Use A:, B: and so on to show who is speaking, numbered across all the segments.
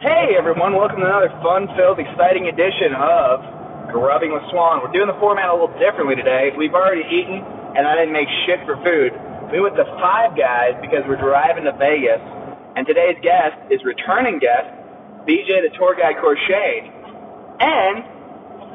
A: Hey everyone, welcome to another fun-filled, exciting edition of Grubbing with Swan. We're doing the format a little differently today. We've already eaten, and I didn't make shit for food. We went to Five Guys because we're driving to Vegas, and today's guest is returning guest BJ the tour guide Corchet, and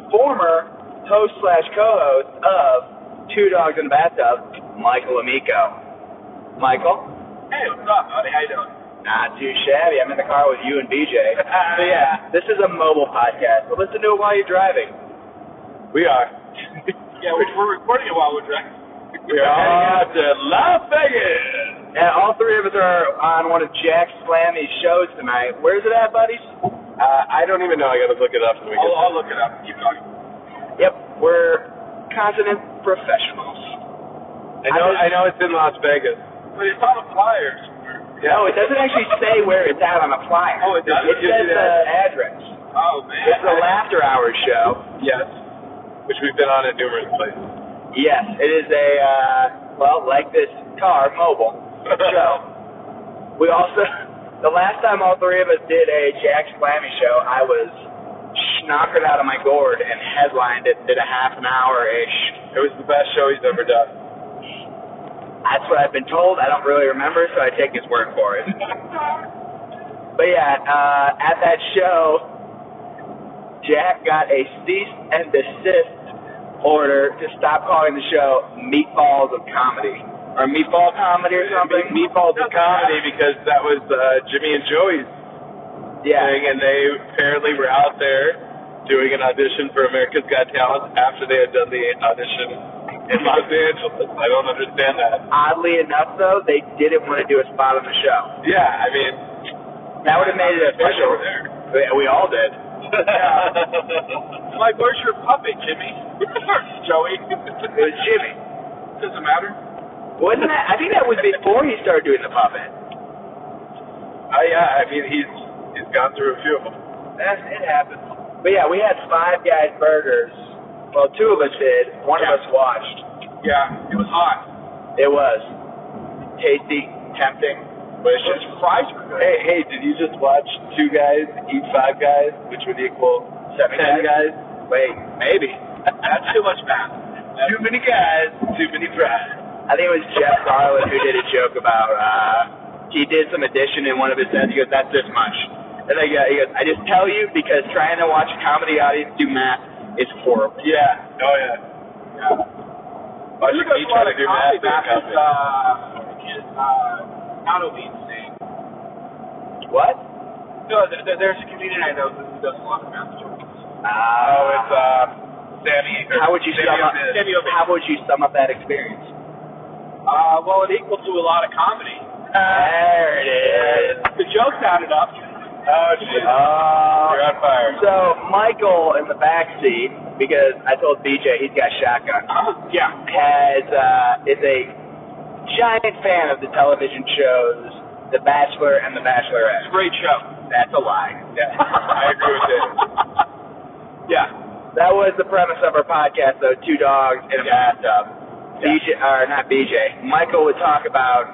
A: former host slash co-host of Two Dogs in a Bathtub, Michael Amico. Michael.
B: Hey, what's up, buddy? How you doing?
A: Not too shabby. I'm in the car with you and BJ. so yeah, this is a mobile podcast. So listen to it while you're driving. We are.
B: Yeah, we're, we're recording it while we're driving.
A: to Las Vegas. And all three of us are on one of Jack Slammy's shows tonight. Where's it at, buddies?
C: Uh, I don't even know. I gotta look it up so we
B: I'll,
C: can.
B: I'll look it up. Keep talking.
A: Yep, we're continent professionals.
C: I know. I know it's in Las Vegas.
B: But it's on the flyers.
A: No, it doesn't actually say where it's at on the flyer.
C: Oh, it doesn't?
A: It says
C: It gives
A: the
C: you that-
A: address.
B: Oh man.
A: It's the Laughter Hour show.
C: Yes. Which we've been on at numerous places.
A: Yes, it is a uh, well, like this car, mobile show. we also, the last time all three of us did a Jack Splammy show, I was schnockered out of my gourd and headlined it. Did a half an hour ish.
C: It was the best show he's ever done.
A: That's what I've been told. I don't really remember, so I take his word for it. but yeah, uh, at that show, Jack got a cease and desist order to stop calling the show Meatballs of Comedy. Or Meatball Comedy or something?
C: Me- Meatballs and comedy because that was uh, Jimmy and Joey's
A: Yeah.
C: thing, and they apparently were out there doing an audition for America's Got Talent after they had done the audition in Los Angeles. I don't understand that.
A: Oddly enough, though, they didn't want to do a spot on the show.
C: Yeah, I mean,
A: That would have made it
C: wish I were
A: official.
C: there.
A: We- We all did.
B: like, where's your puppet, Jimmy? Joey.
A: It
C: Uh,
A: was Jimmy.
B: Doesn't matter.
A: Wasn't that? I think that was before he started doing the puppet.
C: I, yeah, I mean, he's he's gone through a few of them.
A: That's, it happens. But yeah, we had Five Guys burgers. Well, two of us did. One
B: Yeah.
A: of us watched.
B: Yeah, it was hot.
A: It was tasty, tempting,
B: Those
A: delicious.
B: fries were good.
C: Hey, hey, did you just watch two guys eat five guys, which would equal
A: Seven
C: ten guys?
A: Wait, maybe.
B: That's too much math.
C: Too many guys, too many fries.
A: I think it was Jeff Garland who did a joke about uh, he did some addition in one of his sets. He goes, "That's this much," and then he goes- he goes, "I just tell you because trying to watch a comedy audience do math is horrible."
C: Yeah, oh yeah.
B: But
C: Watching me try to do math back up.
B: Uh, uh, not obese thing.
A: What?
B: No, there, there- there's a comedian I know who does a lot of math jokes.
C: Oh, it's uh, Sammy. or
A: how would you
C: Sammy
A: sum up?
C: Ovis.
A: How would you sum up that experience?
B: Uh, well, it equals to a lot of comedy.
C: Uh,
A: There it is.
B: The jokes added up. Uh,
C: Oh, shit.
A: Oh.
C: You're on fire.
A: So Michael in the back seat, because I told BJ he's got shotgun,
B: yeah.
A: has uh, is a giant fan of the television shows The Bachelor and The Bachelorette.
B: Great show.
A: That's a lie.
C: Yeah, I agree with it.
B: Yeah.
A: That was the premise of our podcast, though. Two dogs in a
B: Yeah.
A: bathtub. BJ, or not BJ. Michael would talk about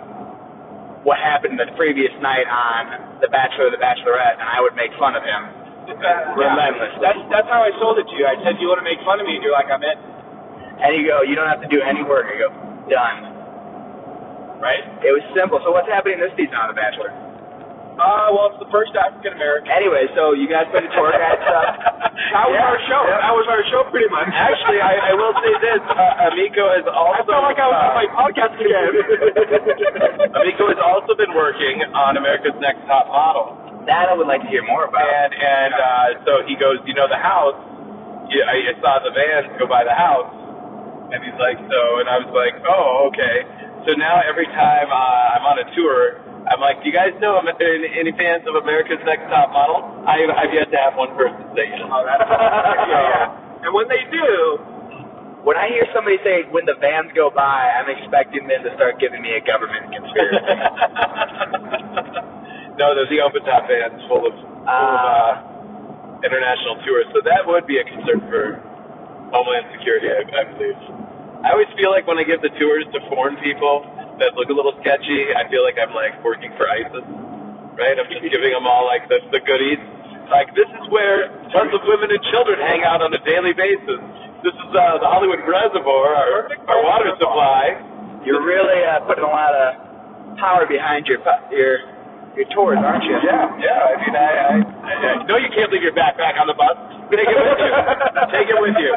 A: what happened the previous night on The Bachelor, The Bachelorette, and I would make fun of him. Relentless.
B: That's that's how I sold it to you. I said you want to make fun of me, and you're like, I'm in.
A: And you go, you don't have to do any work. You go, done.
B: Right?
A: It was simple. So what's happening this season on The Bachelor?
B: Uh, well, it's the first African American.
A: Anyway, so you guys Uh, put the tour guide stuff.
B: uh, That was
A: Yeah,
B: our show.
A: yeah.
B: That was our show, pretty much.
C: Actually, I, I will say this. Uh, Amico has also.
B: I felt like I was on my podcast again.
C: uh, Amico has also been working on America's Next Top Model.
A: That I would like to hear more about.
C: And and uh, so he goes, you know, the house. Yeah, I I saw the van go by the house, and he's like, so, and I was like, oh, okay. So now every time uh, I'm on a tour, I'm like, do you guys know Am- any any fans of America's Next Top Model? I, I've yet to have one person say it.
B: Oh, that's- yeah, yeah. And when they do,
A: when I hear somebody say, when the vans go by, I'm expecting them to start giving me a government conspiracy.
C: no, there's the open top vans full of, full of uh, international tourists. So that would be a concern for Homeland Security, I, I believe. I always feel like when I give the tours to foreign people that look a little sketchy, I feel like I'm like working for ISIS, right? I'm just giving them all like the, the goodies. Like this is where tons of women and children hang out on a daily basis. This is uh, the Hollywood Reservoir, our, our water supply.
A: You're really uh, putting a lot of power behind your pu- your your tours, aren't you?
C: Yeah, yeah. I mean, I, I, I, I no, you can't leave your backpack on the bus. Take it with you. Take it with you.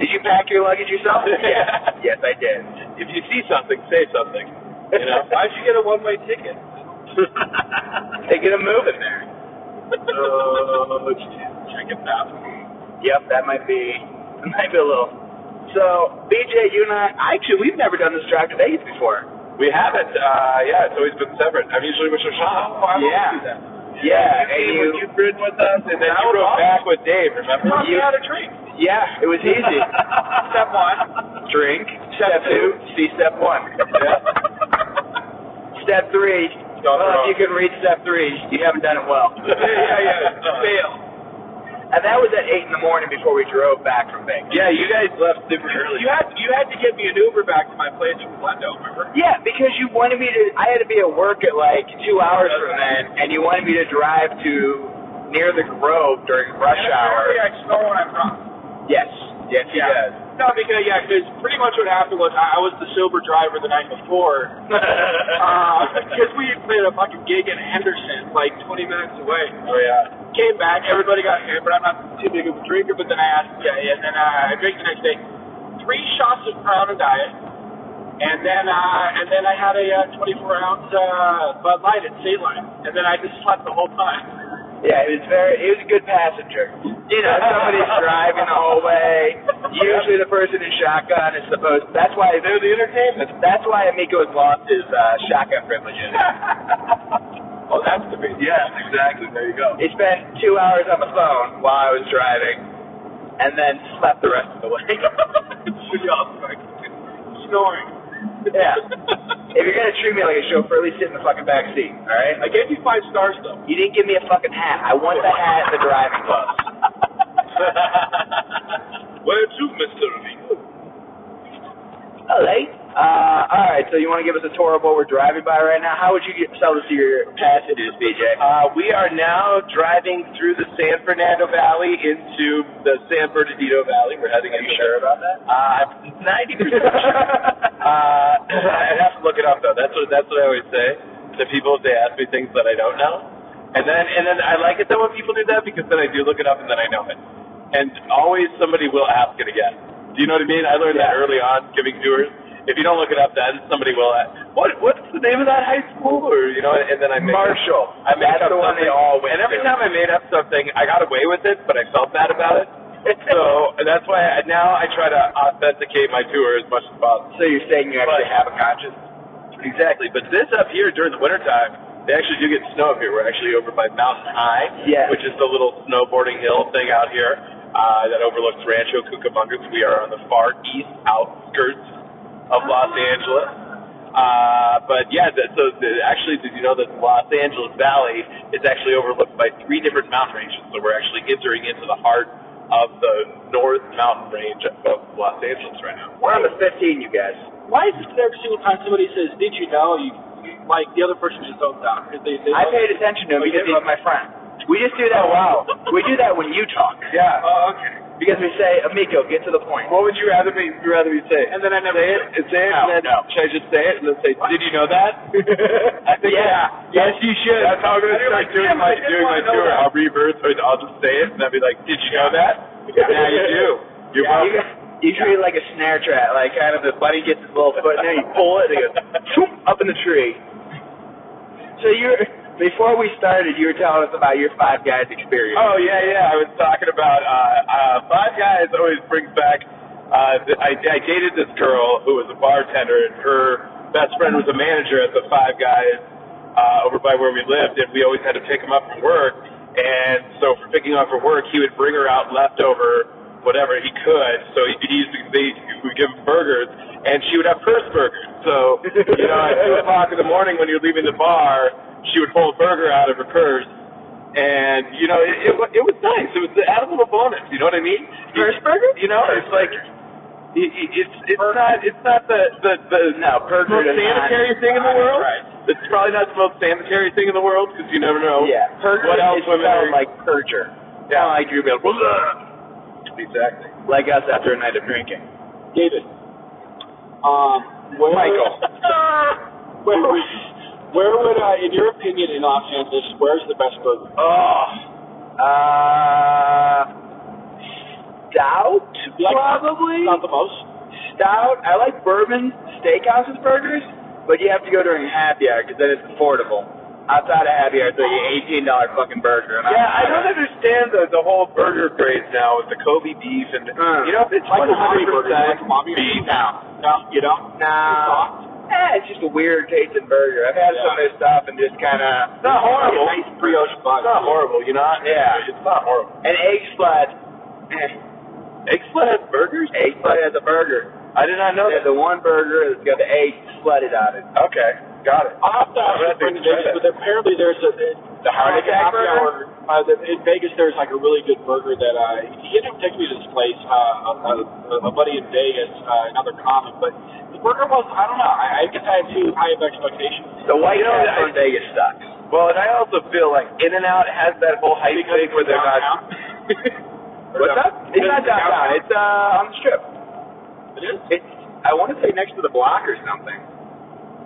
A: Did you pack your luggage yourself?
C: Yeah.
A: yes, I did.
C: If you see something, say something. You know,
B: Why'd you get a one-way ticket?
A: They get them moving there.
C: Uh,
B: Oh, check it out.
A: Yep, that might be that might be a little. So BJ, you and I actually we've never done this drive to Vegas before.
C: we haven't. Uh, yeah, it's always been separate. I'm usually with Shoshana.
B: Oh, I won't
A: Yeah.
B: do that.
A: Yeah, and
B: Hey,
A: you,
B: would you been with us?
C: And then you rode back with Dave. Remember?
B: Taught me
A: You-
B: how to drink.
A: yeah, it was easy.
B: Step one.
A: Drink. Step two, see step one. Step three.
C: Stop
A: Well,
C: wrong.
A: if you can read step three, you haven't done it well.
C: yeah, yeah.
B: Fail.
A: And that was at eight in the morning before we drove back from Vegas.
C: Yeah, you guys left super early.
B: You had you had to get me an Uber back to my place in Glendale, remember?
A: Yeah, because you wanted me to. I had to be at work at like two hours from then, and you wanted me to drive to near the Grove during rush
B: And
A: hour.
B: apparently I stole what I promised.
A: Yes, yes, he
B: Yeah.
A: does.
B: No, because yeah, because pretty much what happened was I, I was the sober driver the night before. Because we had played a fucking gig in Henderson, like 20 minutes away.
C: Oh yeah.
B: Came back, everybody got hammered. I'm not too big of a drinker, but then I asked, yeah, and then uh, I drank the next day. Three shots of Crown and Diet, and then uh, and then I had a uh, 24 ounce uh, Bud Light at Sea Lion, and then I just slept the whole time.
A: Yeah, he was very. He was a good passenger. You know, somebody's driving the whole way. Usually, the person in shotgun is supposed. That's why they're the entertainment. That's why Amico has lost his uh, shotgun privileges.
C: Oh, that's the big. Yes, exactly. There you go.
A: He spent two hours on the phone while I was driving, and then slept the rest of the way.
B: Pretty awesome. like, Snoring.
A: yeah. If you're gonna treat me like a chauffeur, at least sit in the fucking back seat. All right.
B: I gave you five stars though.
A: You didn't give me a fucking hat. I want the hat at the driving club.
C: Where to, Mister Amigo?
A: All right. Uh, all right. So you want to give us a tour of what we're driving by right now? How would you get, sell us to your passengers, BJ?
C: Uh, we are now driving through the San Fernando Valley into the San Bernardino Valley. We're heading. Are you sure about that? Uh, ninety percent. uh, I'd have to look it up though. That's what that's what I always say to people if they ask me things that I don't know. And then and then I like it though when people do that because then I do look it up and then I know it. And always somebody will ask it again. Do you know what I mean? I learned that early on giving tours. If you don't look it up, then somebody will. Ask, what What's the name of that high school? Or you know, and then I make up-
A: Marshall.
C: I made
A: That's
C: up
A: the one
C: something.
A: they all went
C: And every
A: to.
C: time I made up something, I got away with it, but I felt bad about it. So that's why I, now I try to authenticate my tour as much as possible.
A: So you're saying you actually
C: But-
A: have a conscience?
C: Exactly. But this up here during the wintertime, they actually do get snow up here. We're actually over by Mountain High,
A: Yeah.
C: which is the little snowboarding hill thing out here uh, that overlooks Rancho Cucamonga. We are on the far east outskirts of
A: Ah.
C: Los Angeles. Uh, but yeah, the, so the, actually, did you know that Los Angeles Valley is actually overlooked by three different mountain ranges? So we're actually entering into the heart of the north mountain range of Los Angeles right now.
A: We're on the 15, you guys.
B: Why is it that every single time somebody says, "Did you know?" You, you like the other person just zones out. 'cause They, they
A: I paid attention to him because he's my friend. We just do that. Wow. We do that when you talk.
C: Yeah.
B: Oh, okay.
A: Because we say, Amico, get to the point.
C: What would you rather be? You rather be say?
B: And then I never
C: say it.
B: said
C: and Say it.
A: No,
C: and then
A: no.
C: should I just say it and then say? Did you know that? I think
A: Yeah.
C: Yes, you should. That's how I'm gonna
B: And you're
C: start
B: like,
C: doing
B: "Damn,
C: my
B: I didn't
C: doing my
B: wanna know
C: tour.
B: that."
C: I'll reverse or I'll just say it and I'll be like, Did you know that?
A: Yeah.
C: Now you do.
A: Yeah, you,
C: You're welcome.
A: got- you treat it like a snare trap, like kind of the bunny gets his little foot in there, you pull it, and it goes shoop, up in the tree. So you're before we started, you were telling us about your Five Guys experience.
C: Oh yeah, yeah. I was talking about uh, uh, Five Guys. Always brings back. Uh, th- I, I dated this girl who was a bartender, and her best friend was a manager at the Five Guys uh, over by where we lived, and we always had to pick him up from work. And so for picking up from work, he would bring her out leftover whatever he could. So he, he used to they would give him burgers, and she would have purse burgers. So you know, at two o'clock in the morning when you're leaving the bar, she would pull a burger out of her purse and you know it, it, wa- it was nice. It was the added little bonus. You know what I mean?
A: First burger?
C: You know, it's like It, it, it's it's not it's not the the, the no perjured
D: Most
C: is not-
D: sanitary thing in the
C: not
D: world?
C: Right. It's probably not the most sanitary thing in the world because you never know.
A: Yeah, perjury
C: What else
A: is
C: women
A: spelled
C: are-
A: like perjure.
C: Yeah.
A: Kinda like Drew Bill.
C: Exactly.
A: Like us after a night of drinking.
B: David. Um, where,
C: Michael.
B: where, would- where would, uh, in your opinion, in offhand, this where's the best burger?
A: Oh. Uh. Stout,
B: Like-
A: probably.
B: Not the most.
A: Stout. I like bourbon steakhouses burgers, but you have to go during happy hour because then it's affordable. Outside of happy hour, it's like an eighteen dollar fucking burger. And
C: Yeah, I don't understand the the whole burger craze now with the Kobe beef and
A: Mm.
C: you know it's
B: Like
C: one
B: a mommy
C: hundred
B: burger. Like a
C: percent
B: mommy
C: beef.
B: No, no, you don't.
A: Nah. Eh, it's just a weird tasting burger. I've had some of this stuff and just kind of.
C: It's not horrible.
B: Nice brioche bun.
C: It's not horrible. You know.
A: Yeah.
C: It's not horrible.
A: An egg splat. Eh,
C: Egg splat has burgers.
A: egg splat has a burger.
C: I did not know
A: They have
C: that.
A: the one burger that's got the egg splatted on it.
C: Okay, got it.
B: I'll have to ask
C: I'll
B: you
C: have to
B: friend
C: try that.
B: but apparently there's a
C: The heart
B: like a
C: attack
B: happy
C: burger?
B: hour. Uh, the, in Vegas, there's like a really good burger that uh, he ended up taking me to this place. Uh, a, a, a buddy in Vegas, uh, another comic, but the burger was I don't know. I, I guess I had too high of expectations.
A: The white
C: You know,
A: Castle
C: I-
A: in Vegas sucks.
C: Well, and I also feel like In and Out has that whole hype
B: Because
C: thing where they're not.
A: What's up? It's not downtown. It's uh, on the strip.
B: It is.
A: It's I want to say next to the block or something.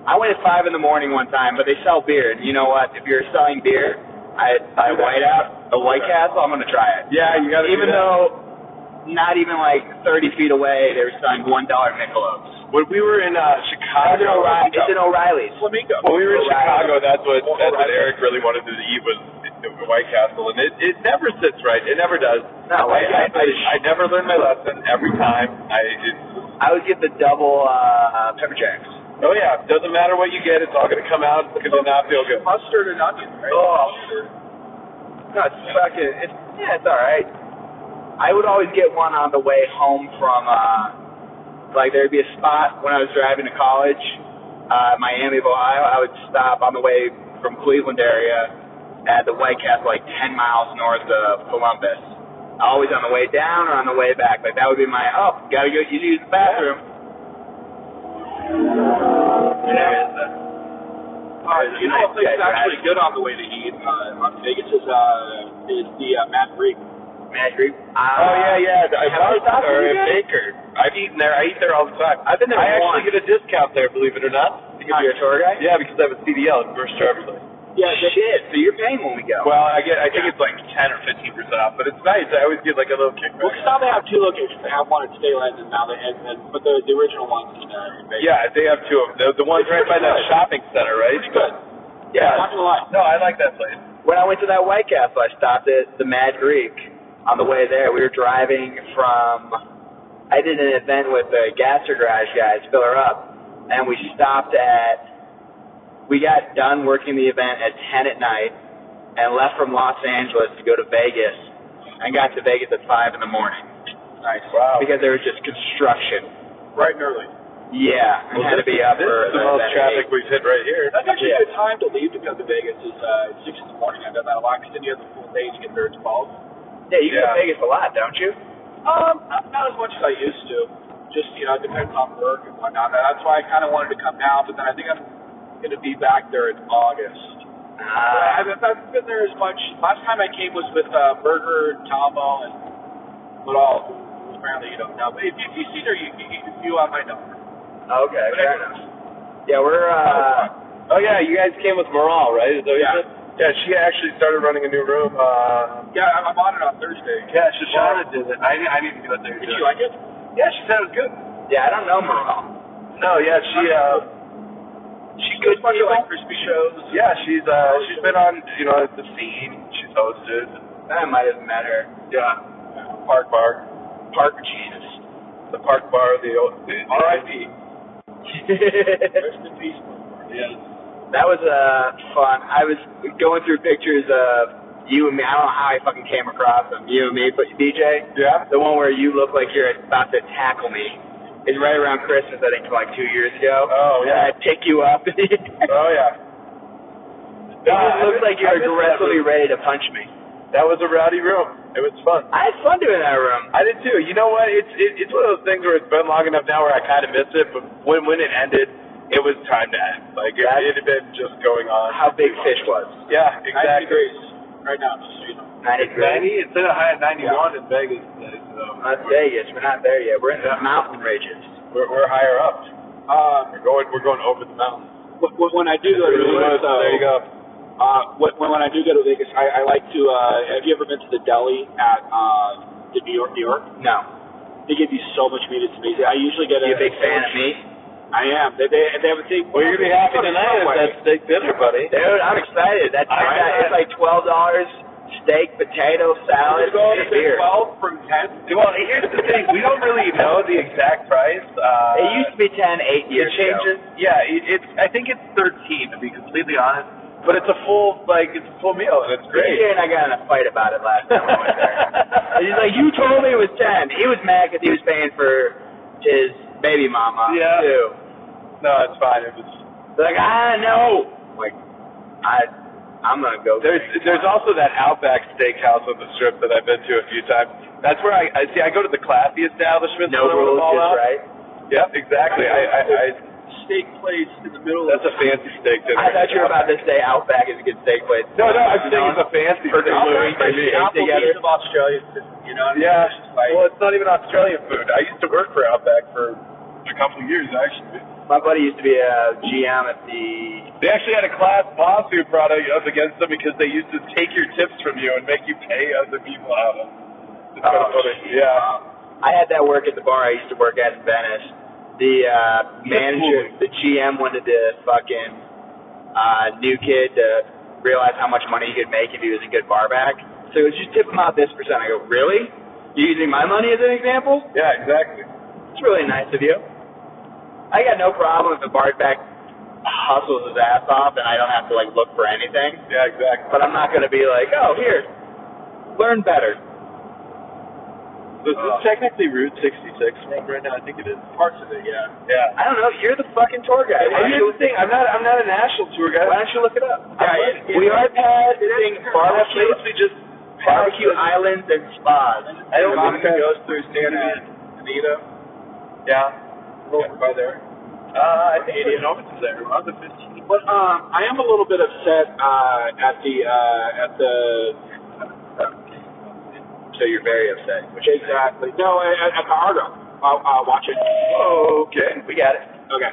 A: I went at five in the morning one time, but they sell beer. And you know what? If you're selling beer, I I white out a White Castle. I'm gonna try it.
C: Yeah, you gotta. do
A: Even
C: that.
A: though not even like 30 feet away, they were selling one dollar Michelobes.
C: when we were in uh,
A: It's in
C: Chicago,
A: O'Reilly. It's in O'Reilly's.
B: Flamingo.
C: when we were in
A: O'Reilly.
C: Chicago, that's what that's what
B: O'Reilly.
C: Eric really wanted to eat was the White Castle, and it it never sits right. It never does.
A: No,
C: I,
A: White
C: I,
A: Castle
C: I,
A: is-
C: I never learned my lesson every time. I it,
A: I would get the double uh, pepper jacks.
C: oh yeah, doesn't matter what you get, it's all gonna come out. It's gonna not feel good.
A: Mustard and onion, right? Oh, no, it's fucking. It's, yeah, it's all right. I would always get one on the way home from. Uh, like there'd be a spot when I was driving to college, uh, Miami of Ohio. I would stop on the way from Cleveland area at the White Castle, like 10 miles north of Columbus. Always on the way down or on the way back. Like that would be my oh, gotta go you use the bathroom. There's the-
B: Uh, you know, a place
A: Yeah,
B: that's actually good on the way to eat uh, on Vegas is uh, is the uh, Matt Reed.
A: Mad Creek. Uh,
C: Oh yeah, yeah. The,
A: have you stopped
C: or
A: there yet?
C: Baker. I've eaten there. I eat there all the time.
A: I've been there
C: I
A: once.
C: actually get a discount there, believe it or not.
A: Because you're a tour guide?
C: Yeah, because I have a CDL at First Driver's License.
B: Yeah, they,
A: Shit, so you're paying when we go.
C: Well, I get. I think it's like ten or fifteen percent off, but it's nice. I always get like a little
B: well,
C: kickback.
B: because now they have two locations. They have one at Stayland and now they and, and but the the original one's in uh, in Vegas.
C: Yeah, they have two of them. The, the one's
B: It's
C: right by
B: pretty
C: that
B: good.
C: shopping center, right?
B: pretty good.
C: Yeah.
B: Not gonna lie.
C: No, I like that place.
A: when I went to that White Castle, I stopped at the Mad Greek. On the way there, we were driving from. I did an event with the Gaster Garage guys, fill her up, and we stopped at. We got done working the event at 10 at night and left from Los Angeles to go to Vegas and got to Vegas at 5 in the morning
C: Nice. Wow.
A: because there was just construction.
C: right and early.
A: Yeah, and had to be up
C: This
A: for
C: is the
A: the event
C: most
A: at
C: traffic
A: eight.
C: we've hit right here.
B: That's actually
A: Yeah.
B: a good time to leave to go to Vegas. Is uh, six in the morning. I've done that a lot because then you have the full day to get there at twelve.
A: Yeah, you go
C: Yeah.
A: to Vegas a lot, don't you?
B: Um, not not as much as I used to. Just you know, it depends on work and whatnot. That's why I kind of wanted to come now, but then I think I'm going to be back there in August. But
A: Uh,
B: I haven't, I haven't been there as much. Last time I came was with uh, Burger, Tomo, and but all apparently you don't know. But if, if you see her, you you, you have my number.
A: okay, fair enough. Yeah, we're. uh
C: Oh yeah, you guys came with Moral, right? Is that what you
B: Yeah.
C: said? Yeah, she actually started running a new room. Uh,
B: Yeah, I'm, I'm on it on Thursday.
C: yeah, Shoshana did it. I, I need to go there.
B: Did you like it?
C: Yeah, she said it was good.
A: Yeah, I don't know Morel.
C: No, yeah, she. Uh,
A: She
B: Good bunch of like crispy shows.
C: yeah, she's. Uh, she's been on. You know, the scene. She's hosted.
A: I might have met her.
C: Yeah. Park Bar. Park Jesus. The Park Bar. The old. The, R.I.P.
B: Rest in peace.
C: Yeah.
A: that was uh, fun. I was going through pictures of you and me. I don't know how I fucking came across them. You and me, but DJ,
C: Yeah.
A: the one where you look like you're about to tackle me, is right around Christmas. I think like two years ago.
C: Oh,
A: And I
C: yeah.
A: pick you up. you
C: Oh yeah.
A: just look like you're aggressively ready to punch me.
C: That was a rowdy room. It was fun.
A: I had fun doing that room.
C: I did too. You know what? It's it, it's one of those things where it's been long enough now where I kind of miss it. But when when it ended, it was time to end. Like it,
A: That's-
C: it had been just going on.
A: How big fish was?
C: Yeah,
B: Ninety
C: exactly.
B: degrees right now, just so you know.
A: 90 degrees.
C: Instead of high at ninety-one in Vegas today, so
A: Las Vegas. We're not there yet. We're in the mountain ranges.
C: we're, we're higher up.
B: Um,
C: We're going we're going over the mountain.
B: wh- wh- when I do go to Vegas, though,
C: there you go.
B: Uh, when, when I do go to Vegas, I, I like to. Uh, have you ever been to the deli at uh, the New York, New York?
A: No.
B: They give you so much meat. It's amazing. I usually get a.
A: You a big fan of me?
B: I am. They, they, they have a thing.
C: Well, you're gonna be happy tonight if that steak dinner, buddy.
A: Dude, I'm excited. That's
C: I- I-
A: it's like twelve dollars steak, potato, salad, and beer.
C: twelve from ten. Well, here's the thing: we don't really know the exact price. Uh,
A: It used to be ten eight
C: It
A: years
C: changes.
A: ago.
C: Yeah, it, it's. I think it's thirteen to be completely honest. But it's a full like it's a full meal and it's great.
A: DJ and I got in a fight about it last time I went there. And He's like, you told me it was ten. He was mad because he was paying for his baby mama
C: Yeah.
A: too.
C: no, it's fine. It was.
A: Like I know. Like I, I'm gonna go.
C: There's there's also that Outback Steakhouse on the Strip that I've been to a few times. That's where I, I see. I go to the classy establishments.
A: no
C: when I wanna
A: rules,
C: ball
A: just
C: out.
A: right.
C: Yep, exactly. I, I, I
B: steak place in the middle.
C: that's a fancy steak dinner.
A: I thought you were about to say Outback is a good steak place.
C: No, no, I'm saying it's a fancy
A: For
C: steak.
A: Louis and
C: Outback
A: me
C: steak
A: ate
C: together.
B: of Australia, you know. what I
C: Um,
B: mean?
C: Yeah.
B: It's just like-
C: Well, it's not even Australian food. I used to work for Outback for a couple of years actually.
A: My buddy used to be a GM at the
C: They actually had a class lawsuit brought up against them because they used to take your tips from you and make you pay other people out of. It's kind
A: Oh,
C: of funny.
A: geez.
C: Yeah.
A: I had that work at the bar I used to work at in Venice. The uh, manager, the GM, wanted to fucking uh, new kid to realize how much money he could make if he was a good bar back. So he was just tip him out this percent. I go, really? You using my money as an example?
C: Yeah, exactly.
A: It's really nice of you. I got no problem if the bar back hustles his ass off and I don't have to like look for anything.
C: Yeah, exactly.
A: But I'm not gonna be like, oh, here, learn better.
C: This is technically Route 66 from right now. I think it is.
B: parts of it, yeah.
C: Yeah.
A: I don't know. You're the fucking tour guide. Why
C: And
A: don't you-
C: here's the thing. I'm not. I'm not a national tour guy.
A: Why don't you look it up? I'm
B: Yeah, it-
A: looking.
B: it-
A: we are passing
B: it-
A: barbecue,
C: Honestly, just
A: barbecue islands and spas.
C: I don't think
B: Monica
C: that
B: goes
C: through
B: Santa Anita,
C: Yeah.
B: over by there.
C: Uh, I think it's over there. On the 15th.
B: But um, I am a little bit upset uh, at the uh, at the
A: So you're very upset. Which is
B: exactly no at, at the Argo. I'll, I'll watch it.
C: Oh, okay.
A: we got it.
B: Okay.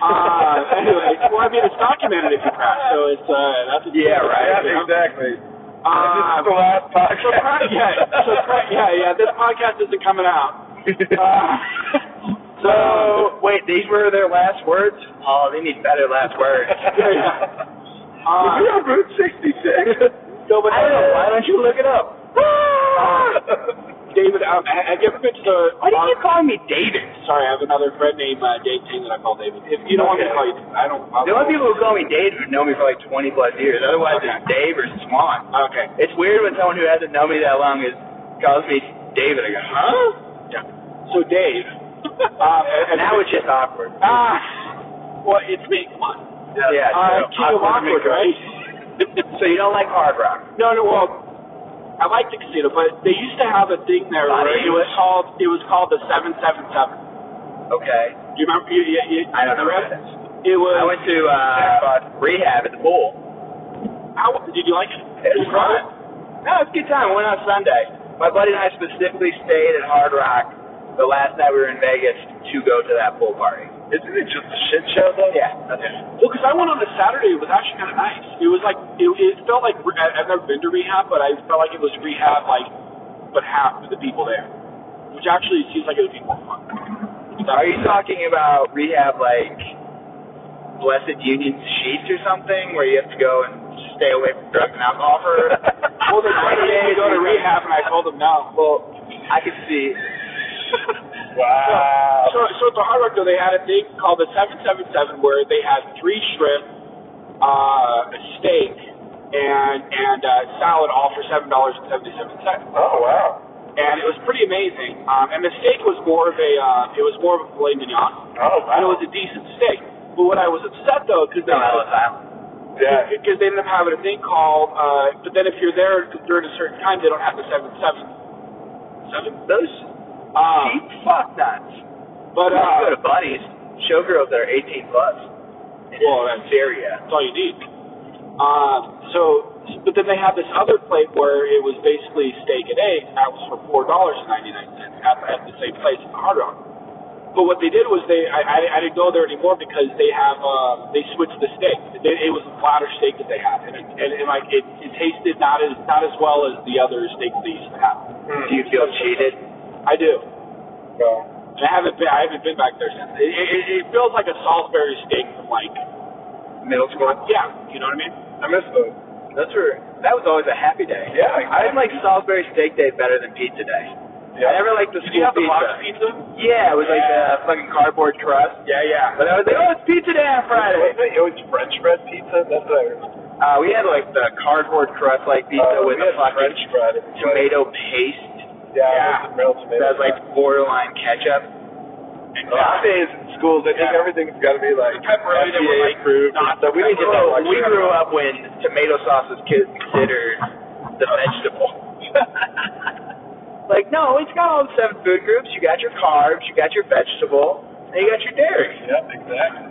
B: Uh, anyway, well, I mean it's documented if you crash, so it's uh, that's a
A: Yeah, right.
C: Yeah,
B: You know?
C: exactly. And this
B: Uh,
C: is the last podcast.
B: so cra- yeah, so cra- yeah, yeah. This podcast isn't coming out. Uh, so
A: Ah. So wait, these were their last words. Oh, they need better last words.
B: yeah.
C: If you're
B: Uh,
C: on Route 66.
B: no, but
A: I don't know. Why don't you look it up?
B: David, um, ha- have you ever been to the? oh,
A: Why do you keep calling me David?
B: Sorry, I have another friend named uh, Dave Ting that I call David. If you don't want me to call you, I don't. I'll,
A: The only people who call me Dave who know me for like 20 plus years. Otherwise, it's Dave or Swan.
B: Okay.
A: It's weird when someone who hasn't known me that long is calls me David. I go, huh?
B: Yeah. So Dave. um, and
A: Now it's just awkward.
B: Ah. Well, it's me. Come on.
A: Yeah,
B: Uh,
A: true.
B: King of Awkward, right?
A: So you don't like hard rock?
B: no, no. Well, I like the casino, but they used to have a thing there
A: Lot of
B: where it was
A: English.
B: called it was called the seven seven seven.
A: Okay.
B: Do you remember? You, you, you,
A: I don't know what that is.
B: It was.
A: I went to uh, rehab at the pool.
B: how, did you like it?
A: It was fun. No, it's a good time. I went on Sunday. My buddy and I specifically stayed at Hard Rock the last night we were in Vegas to go to that pool party.
C: Isn't it just a shit show, though?
A: Yeah, that's it.
B: Well, because I went on a Saturday, it was actually kind of nice. It was like it, it felt like re- I- I've never been to rehab, but I felt like it was rehab, like but half of the people there, which actually seems like it would be more fun.
A: Are you talking about rehab like Blessed Union sheets or something where you have to go and stay away from drugs and alcohol for?
B: Well, they tried to get me to go to rehab, and I told them no.
A: Well, I could see.
C: Wow.
B: So, so at the Hard Rock, though, they had a thing called the 777, where they had three shrimp, uh, a steak, and and uh, salad, all for seven dollars and seventy-seven cents.
C: oh, wow.
B: and it was pretty amazing. Um, and the steak was more of a uh, it was more of a filet mignon,
C: Oh,
B: and it was a decent steak. But what I was upset though, because they
A: No,
B: had
A: Ellis Island.
C: Yeah.
B: Because they ended up having a thing called, uh, but then if you're there during a certain time, they don't have the 7 7. 7?
A: Those
B: Uh,
A: cheap fuck nuts.
B: but,
A: I go
B: uh,
A: to buddies, showgirls that are 18 plus.
B: Well, that's-
A: Syria.
B: that's all you need. Uh, so, but then they had this other plate where it was basically steak and eggs, and that was for four dollars and ninety nine cents at, at the same place in the Hard Rock. But what they did was they I, I, I didn't go there anymore because they have uh, they switched the steak. It, it was a flatter steak that they had, and, it, and, and like it, it tasted not as not as well as the other steak they used to have.
C: Hmm.
A: Do you feel cheated?
B: I do. And I haven't been I haven't been back there since. It, it, it feels like a Salisbury steak from like
A: Middle school.
B: yeah, you know what I mean?
C: I miss those.
A: Those were that was always a happy day.
C: Yeah,
A: I didn't like Salisbury steak day better than pizza day. I never liked the
B: Did you
A: school
B: have the box
A: pizza.
B: pizza?
A: Yeah, it was like the fucking cardboard truss.
C: Yeah, yeah.
A: But I was like, oh, it's pizza day on Friday.
C: Wasn't it, it was French bread pizza. That's what I remember.
A: Uh, we had like the cardboard crust like pizza
C: Uh,
A: with
C: we
A: a
C: had
A: fucking
C: French bread.
A: tomato paste
C: Yeah, with real tomato.
A: that was like borderline ketchup.
C: Nowadays in schools, I think
B: Yeah.
C: everything everything's got to be like
B: Pepperoni that were,
C: FDA
B: like,
C: approved.
B: not-
C: so we
A: We,
C: didn't get that luxury.
A: we grew up when tomato sauce was considered the vegetable. like, no, it's got all the seven food groups. You got your carbs, you got your vegetable, and you got your dairy.
C: Yeah, exactly.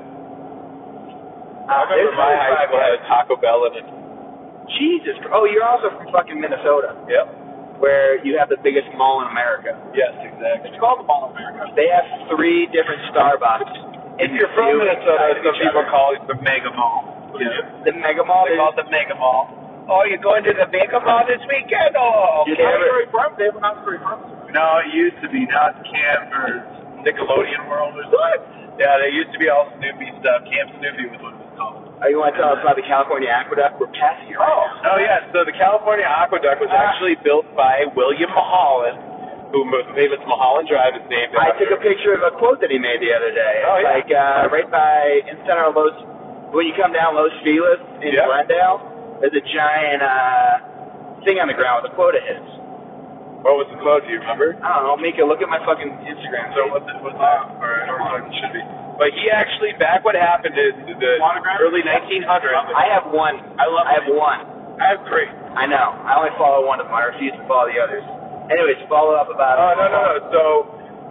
A: Uh,
C: I remember
A: there's
C: my
A: really
C: high
A: five
C: school had a
A: guys.
C: Taco Bell in it.
A: Jesus. Christ. Oh, you're also from fucking Minnesota,
C: Yep.
A: where you have the biggest mall in America.
C: Yes, exactly.
B: It's called the Mall of America.
A: They have three different Starbucks.
C: If you're from Minnesota, some people call it the Mega Mall.
A: the Mega Mall.
C: They call it the Mega Mall. Oh, you're going to the Mega Mall this weekend? Oh,
A: You
C: okay.
A: never-
B: Salisbury Farm, they have an Osprey Farm.
C: No, it used to be not Canvas, Nickelodeon World or something. Yeah, they used to be all Snoopy stuff. Camp Snoopy was what it was called.
A: Oh, you want to tell us about the California Aqueduct? We're past here. right now.
C: Oh yeah, so the California Aqueduct was actually built by William Mulholland, who most famous Mulholland Drive uh, is named
A: I
C: after.
A: took a picture of a quote that he made the other day.
C: Oh,
A: It's
C: yeah.
A: Like uh, right by in center of Los, when you come down Los Feliz in
C: Yeah.
A: Glendale, there's a giant uh, thing on the ground with a quote of his.
C: What was the quote? Do you remember?
A: I don't know, Mika, look at my fucking Instagram.
C: So what the, what the, or, or what it should be. But he actually, back what happened is the
B: Monogram?
C: early 1900s.
A: I have one.
C: I love
A: I have
C: it.
A: one.
C: I have three.
A: I know. I only follow one of them. I refuse to follow the others. Anyways, follow up about.
C: Oh no no no. So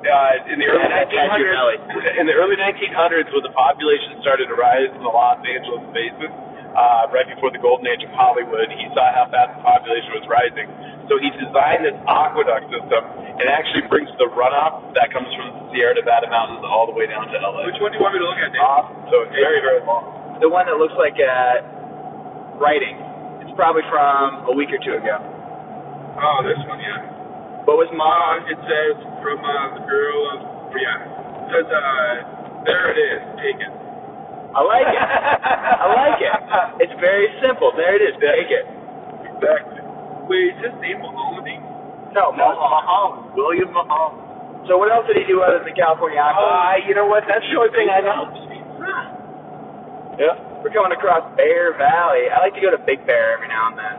C: uh, in the early
A: Yeah, that's Andrew
C: 1900s, in the early 1900s, when the population started to rise in the Los Angeles basin, uh, right before the golden age of Hollywood, he saw how fast the population was rising. So he designed this aqueduct system, and it actually brings the runoff that comes from the Sierra Nevada mountains all the way down to LA.
B: Which one do you want me to look at, Dave?
C: Off, so it's very very long.
A: The one that looks like uh, writing. It's probably from a week or two ago.
B: oh, this one, yeah.
A: What was mom?
B: Uh, it says from uh, the girl of, yeah. It says, uh, there it is. Take it.
A: I like it. I like it. It's very simple. There it is. Take it.
B: Exactly. Wait, is his name Mahoney?
A: No,
B: Mahoney. William Mahoney.
A: So what else did he do other than California Aqua?
C: you know what? That's the only thing I know. Yeah.
A: We're coming across Bear Valley. I like to go to Big Bear every now and then.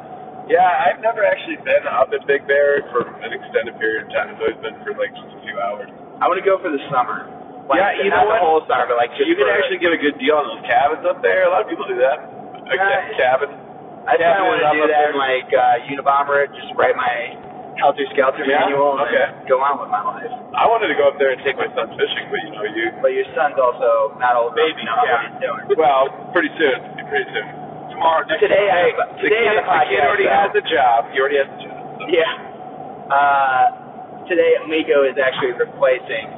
C: Yeah, I've never actually been up at Big Bear for an extended period of time. It's always been for like just a few hours.
A: I want to go for the summer. Like,
C: Yeah, you
A: not
C: know
A: the
C: what?
A: whole summer, but like just
C: you can
A: for-
C: actually get a good deal on those cabins up there. A lot of people do that. A
A: Yeah.
C: cabin.
A: I just kind of want to
C: Yeah,
A: do
C: I'm
A: that
C: up
A: in like uh, Unabomber. Just write my Helter Skelter
C: Yeah?
A: manual and
C: Okay.
A: then go on with my life.
C: I wanted to go up there and take my son fishing, but you know, you
A: But your son's also not old enough
B: Baby,
A: to know
B: yeah.
A: what he's doing.
C: well, pretty soon, pretty soon.
B: Tomorrow, next
A: Today I
C: Hey,
A: today on the
C: the kid, the kid
A: podcast,
C: already
A: though-
C: has a job. He already has a job. So.
A: Yeah. Uh, today, Miko is actually replacing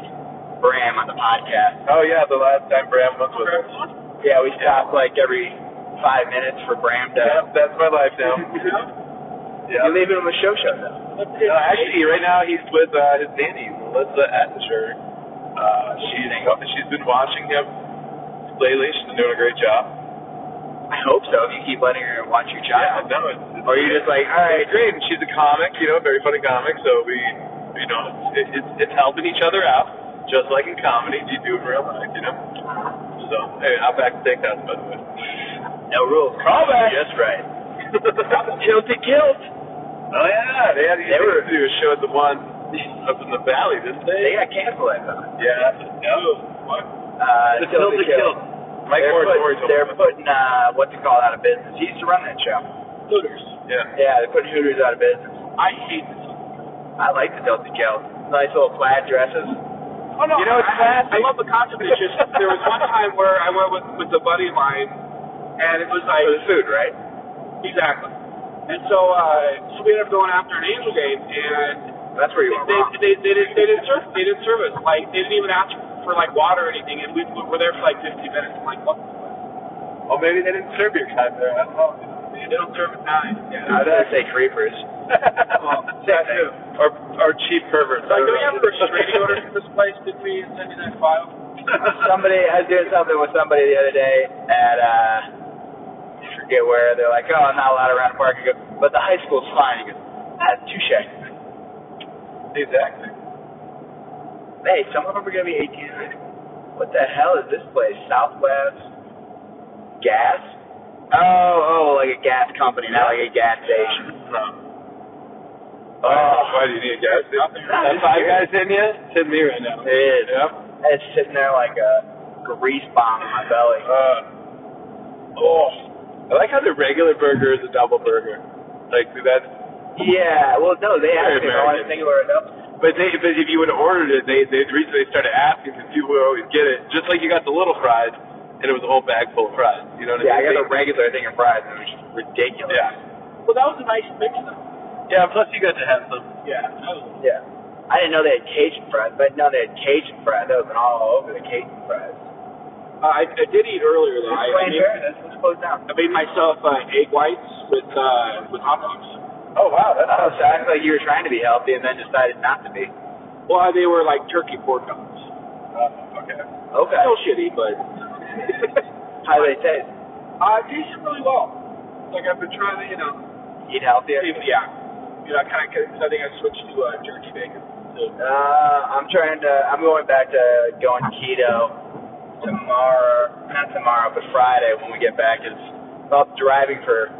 A: Bram on the podcast.
C: Oh yeah, the last time Bram was with us.
A: Yeah, we stop like every five minutes for Bram to.
C: Yep, that's my life now. yeah.
A: You leave him a show show though.
C: No, actually, right now he's with uh, his nanny, Melissa Attinger. Uh, she's she's been watching him lately. She's been doing a great job.
A: I hope so. If you keep letting her watch your
C: Yeah,
A: child,
C: no, it's, it's
A: or you're just like, all right,
C: it's great. And she's a comic, you know, very funny comic. So we, you know, it, it's it's helping each other out, just like in comedy, you do in real life, you know. So hey, I'm back to take that, by the way.
A: no rules.
C: Call back.
A: Just right. Tilted kilt.
C: oh yeah, they had
A: They
C: they
A: were-
C: were to do a show at the one up in the valley, didn't
A: They
C: they?
A: got canceled. I thought.
C: Yeah. No. What?
A: Uh,
C: The Tilted Kilt. Mike
A: they're putting,
C: Moratori told
A: they're
C: me.
A: putting uh, what's it called out of business. He used to run that show.
B: Hooters.
C: Yeah.
A: Yeah, they're putting Hooters out of business.
B: I hate this.
A: I like the Delta Gels. Nice little plaid dresses.
B: Oh no,
A: You know, it's
B: I, I, I
A: classic.
B: love the concept. It's just there was one time where I went with with a buddy of mine, and it was like
A: For the food, right?
B: exactly. And so, uh, so we ended up going after an Angel game, and
A: That's where you went
B: they,
A: wrong.
B: they, they, didn't, they didn't serve they didn't serve us like they didn't even ask for like water or anything and we, we were there for like 15 minutes I'm like what
C: Well, Oh, maybe they didn't serve your kind there. I don't know.
B: they don't serve us now yeah.
A: I was gonna say creepers.
B: Um,
C: That too. Or, or cheap perverts.
B: like do we have restraining orders for this place did we send you that file
A: somebody I was doing something with somebody the other day at uh I forget where they're like, Oh, I'm not allowed around the park He goes, but the high school's fine. He goes, Ah, touche.
C: Exactly.
A: Hey, some of them are gonna be eighteen and high school. What the hell is this place? Southwest Gas? Oh, oh, like a gas company, not like a gas station.
C: No.
A: Oh,
C: Uh, Why do you need a gas station?
A: Nah,
C: That
A: just
C: five
A: curious.
C: guys in you? It's in me right now.
A: it is.
C: Yeah.
A: And it's sitting there like a grease bomb in my belly.
C: Uh, oh. I like how the regular burger is a double burger. Like that's,
A: Yeah, well, no, they
C: Very
A: asked me if I wanted
C: American.
A: singular adult.
C: but they, but if you would have ordered it, they, they, the reason they started asking because people would always get it, just like you got the little fries, and it was a whole bag full of fries. You know what
A: Yeah, I
C: I
A: got
C: mean?
A: the regular thing in fries, and it was just ridiculous.
C: Yeah.
B: well that was a nice mix though
C: Yeah. Plus, you got to have some.
B: yeah Uh, that was-
A: Yeah. I didn't know they had Cajun fries, but no, they had Cajun fries. That was an all over the Cajun fries.
B: uh, I, I did eat earlier though I, I,
A: Plain
B: made,
A: Paradise, let's close down.
B: I made myself uh, egg whites with uh, with hot dogs
A: Oh, wow. That's oh, so I feel like you were trying to be healthy and then decided not to be.
B: well they were like turkey pork dogs
C: Uh, okay.
A: Okay.
B: still shitty but
A: How do they taste?
B: uh, it tasted really well like I've been trying to you know
A: Eat healthier?
B: Yeah. You know, I kind of, I think I switched to uh, jerky bacon. So,
A: Uh, I'm trying to, I'm going back to going keto tomorrow, not tomorrow, but Friday when we get back. It's about driving for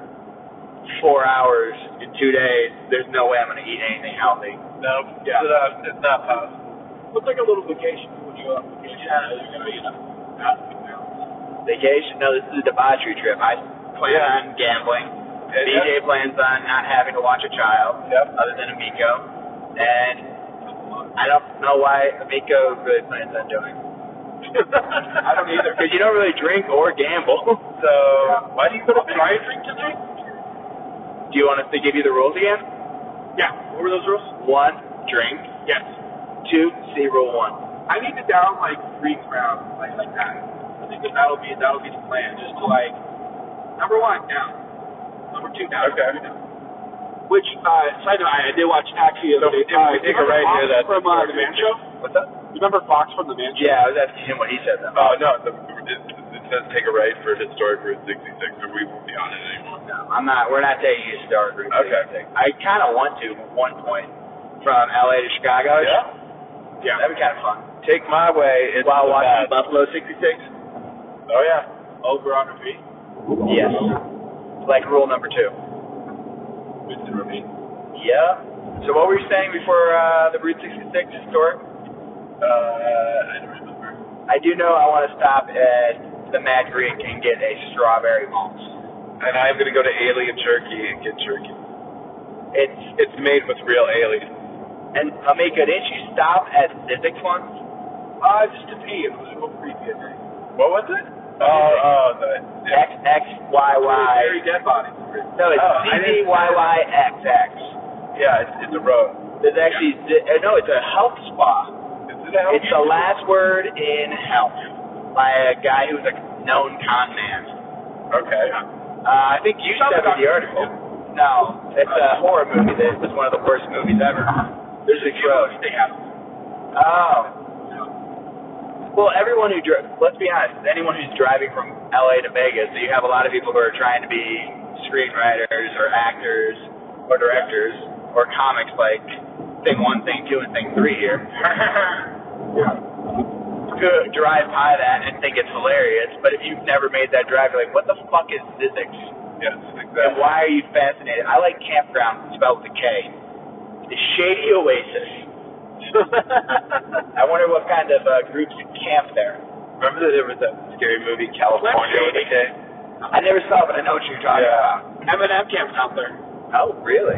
A: four hours in two days. There's no way I'm going to eat anything healthy.
C: No.
B: Yeah.
C: It's, not- uh, it's not possible.
B: it's like a little vacation when you go on vacation. Yeah. You're going to, you know, out of balance.
A: Vacation? No, this is a debauchery trip. I plan
C: Yeah.
A: on gambling.
C: Yeah,
A: DJ plans on not having to watch a child,
C: Yep.
A: other than Amico. And I don't know why Amico really plans on doing.
C: I don't either.
A: Because you don't really drink or gamble.
C: So
B: uh,
C: why do you put a
B: Did I drink today?
A: Do you want us to give you the rules again?
B: Yeah. What were those rules?
A: One, drink.
B: Yes.
A: Two, see rule one.
B: I need to down like three crowns, like like that. I think that that'll be that'll be the plan, just to like number one down, number two down.
C: Okay.
B: number two down. Which uh, side note, I, I did watch Taxi. the
C: So
B: other day.
C: if we take a
B: remember
C: right here,
B: Fox
C: that's-
B: from uh, the Man Show.
A: What's up?
B: Remember Fox from the Man Show?
A: Yeah, I was asking him what he said though.
C: Oh no, the, it, it says take a right for historic Route 66, or we won't be on it anymore.
A: No, Uh, I'm not. We're not taking you to Star Group.
C: Okay.
A: I kind of want to at one point from LA to Chicago.
C: Oh,
B: Yeah.
A: That'd be kind of fun.
C: Take my way. It's
A: While
C: the
A: watching
C: best.
A: Buffalo 66?
C: Oh yeah.
B: Over on her feet.
A: Yes. Like rule number two.
B: With the remain.
A: Yeah. So what were you saying before uh, the Route 66 historic?
C: Uh, I don't remember.
A: I do know I want to stop at the Mad Greek and get a strawberry malt.
C: And I'm gonna go to Alien Jerky and get jerky.
A: It's
C: It's made with real aliens.
A: and Amika, didn't you stop at Civic once?
B: Uh, just to pee. It was a little creepy, I think.
C: What was it? Oh, oh, the, yeah.
A: X X Y Y.
B: Very dead bodies.
A: No, it's
C: Oh,
A: C
C: I
A: D
C: didn't-
A: Y Y X X.
C: yeah, it's, it's a road.
A: There's actually uh, no, it's a health spa.
C: Is it a
A: It's the last word in health by a guy who's a known con man.
C: Okay.
A: Uh, I think you
B: Sounds
A: said
B: like
A: in the
B: Dr.
A: article. No, it's a horror movie. That was one of the worst movies ever. There's a road.
B: They have.
A: Oh. Well, everyone who dri let's be honest, anyone who's driving from LA to Vegas, you have a lot of people who are trying to be screenwriters or actors or directors or comics like thing one, thing two, and thing three here. Could drive by that and think it's hilarious, but if you've never made that drive, you're like, what the fuck is physics?
C: Yes,
A: And
C: exactly.
A: why are you fascinated? I like campground spelled with a K. The Shady Oasis. I wonder what kind of uh, groups camp there.
C: Remember that there was that scary movie California with a K?
A: I never saw, but I know what you're talking
C: Yeah.
B: M&M camp's out there.
A: about. Oh, really?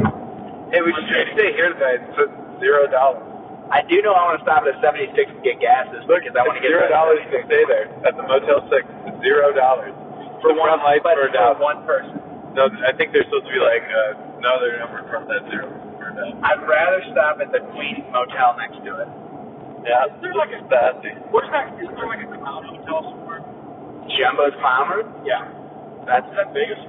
C: Hey, we should just stay here tonight and put zero dollars.
A: I do know I want to stop at a 76 and get gas this week because I want to
C: It's
A: get
C: zero
A: that-
C: dollars to stay there at the Motel Six. It's Zero dollars for
A: for one
C: front lights
A: but for
C: for a dollar.
A: one person.
C: No, I think they're supposed to be like uh, no, they're not we're from that zero for a dollar.
A: I'd rather stop at the Queen's Motel next to it.
C: Yeah, they're like a sassy.
B: Where's that? Is there like a clown hotel somewhere?
A: Jumbo's Clown Room?
B: Yeah.
A: That's
B: Is that Vegas?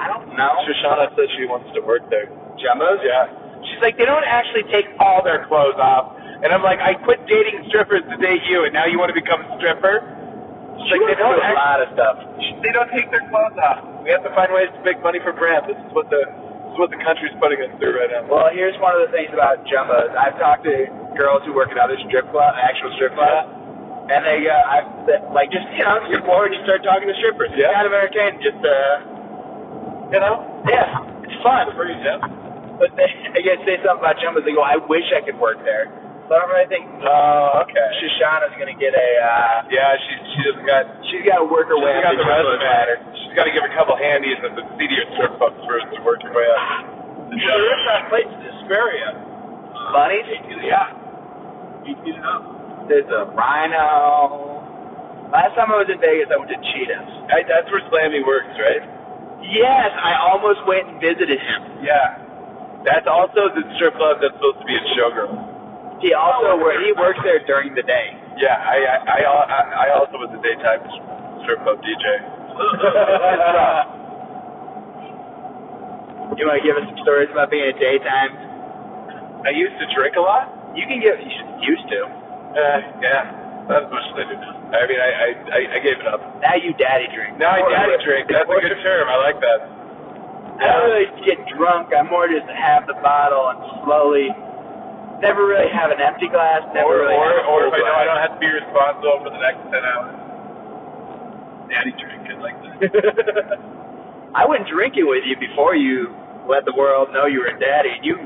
A: I don't know.
C: Shoshana said she wants to work there.
A: Jumbo's?
C: Yeah. She's like, they don't actually take all their clothes off. And I'm like, I quit dating strippers to date you, and now you want to become a stripper? She's
A: She
C: like,
A: went
C: they don't
A: through a
C: actually,
A: lot of stuff.
C: they don't take their clothes off. We have to find ways to make money for brand. This is what the this is what the country's putting us through right now.
A: Well, here's one of the things about Jumbo's. I've talked to girls who work at other strip club, actual strip clubs, and they go, I like just you know, you're bored, you start talking to strippers. It's
C: Yeah.
A: kind of entertaining. Just uh,
C: You know?
A: yeah, it's fun.
C: Pretty simple.
A: But they, I guess say something about Jumbo's. They go, I wish I could work there. So I don't really think
C: Oh, okay.
A: Shoshana's gonna get a. Uh,
C: Yeah, she she just got
A: she's got to work her
C: she's
A: way
C: got
A: up
C: the
A: the Jumbo's
C: resume.
A: ladder.
C: She's got to give a couple handies at the city of strip clubs first to work her way up.
B: Yeah. There is that place in Hesperia.
A: Bunnies?
B: Yeah. You eat it up.
A: There's a rhino. Last time I was in Vegas, I went to Cheetahs.
C: I, that's where Slammy works, right?
A: Yes, I almost went and visited him.
C: Yeah. That's also the strip club that's supposed to be a showgirl.
A: He
C: Oh.
A: also where he works there during the day.
C: Yeah, I I I, al- I, I also was a daytime strip club DJ.
A: You want to give us some stories about being a daytime?
C: I used to drink a lot.
A: You can give. You should, used to.
C: Uh, yeah, not as much as I do now. I mean, I I, I, I gave it up.
A: Now you daddy drink.
C: Now I daddy drink. That's a good term. I like that.
A: I don't really get drunk. I'm more just have the bottle and slowly. Never really have an empty glass. Never
C: Or
A: really
C: or,
A: have a
C: or
A: full
C: if I know
A: glass.
C: I don't have to be responsible for the next ten hours. Daddy drink. I like that.
A: I went drinking with you before you let the world know you were a daddy. And you,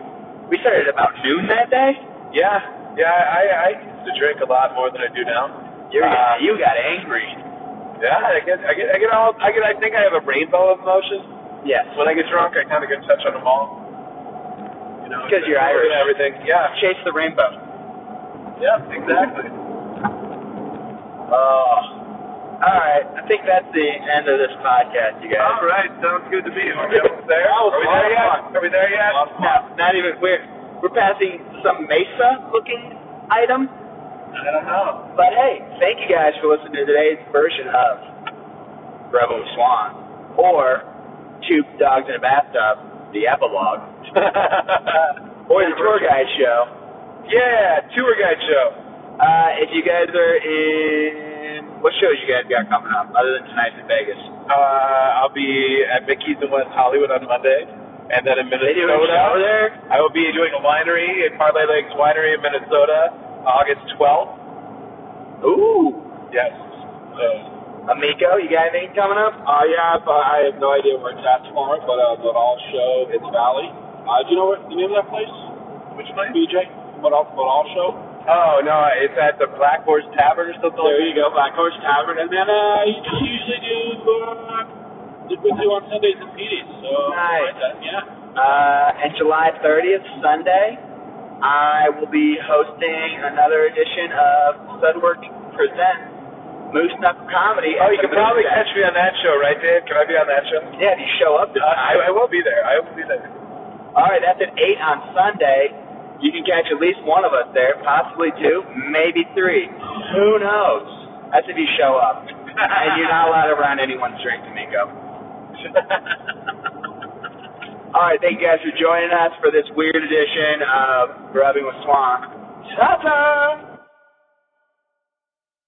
A: we started about noon that day.
C: yeah, yeah. I I used to drink a lot more than I do now.
A: You,
C: Uh,
A: you got angry.
C: Yeah, I get I get I get all I get. I think I have a rainbow of emotions.
A: Yes.
C: When I get drunk, I kind of get touch on them all. You know,
A: 'Cause you're
C: look at
A: Irish.
C: Everything. Yeah.
A: Chase the rainbow.
C: Yeah. Exactly.
A: Oh. Uh, all right. I think that's the end of this podcast, you guys.
C: All right. Sounds good to me. Are we almost there?
A: Oh,
C: Are we there yet?
A: fun.
C: Are we there yet?
A: No, not even. We're we're passing some mesa-looking item,
C: I don't know.
A: but hey, thank you guys for listening to today's version of Rebel Swan or Two Dogs in a Bathtub, the epilogue, or the tour guide show.
C: yeah, tour guide show.
A: Uh, if you guys are in, what shows you guys got coming up other than tonight's in Vegas?
C: Uh, I'll be at Mickey's in West Hollywood on Monday, and then in
A: They do a show
C: Minnesota.
A: there.
C: I will be doing a winery at Parlay Lakes Winery in Minnesota, August 12th.
A: Ooh,
C: Yes. So.
A: Amico, you got anything coming up?
B: Uh, yeah, but I have no idea where it's at tomorrow, but uh, but I'll show its valley. Uh, do you know what the name of that place? Which place? BJ. But I'll, but I'll show.
C: Oh no, it's at the Black Horse Tavern or something.
B: There
C: like
B: you go, Black Horse Tavern, and then uh, you just usually do uh, did we do on Sundays and meetings? So
A: Nice.
B: yeah.
A: Uh, and July 30th, Sunday, I will be hosting another edition of Sudwork Presents Moose Knuck Comedy.
C: that. Oh,
A: at
C: you
A: the
C: can probably
A: Moose Head.
C: catch me on that show, right, Dave? Can I be on that show?
A: Yeah, if you show up this
C: Uh, I, I
A: time.
C: will be there. I will be there.
A: All right, that's at 8 on Sunday. You can catch at least one of us there, possibly two, maybe three. Who knows? That's if you show up. and you're not allowed around anyone's drink, Amigo. All right, thank you guys for joining us for this weird edition of Rubbing with Swan. Ta-ta!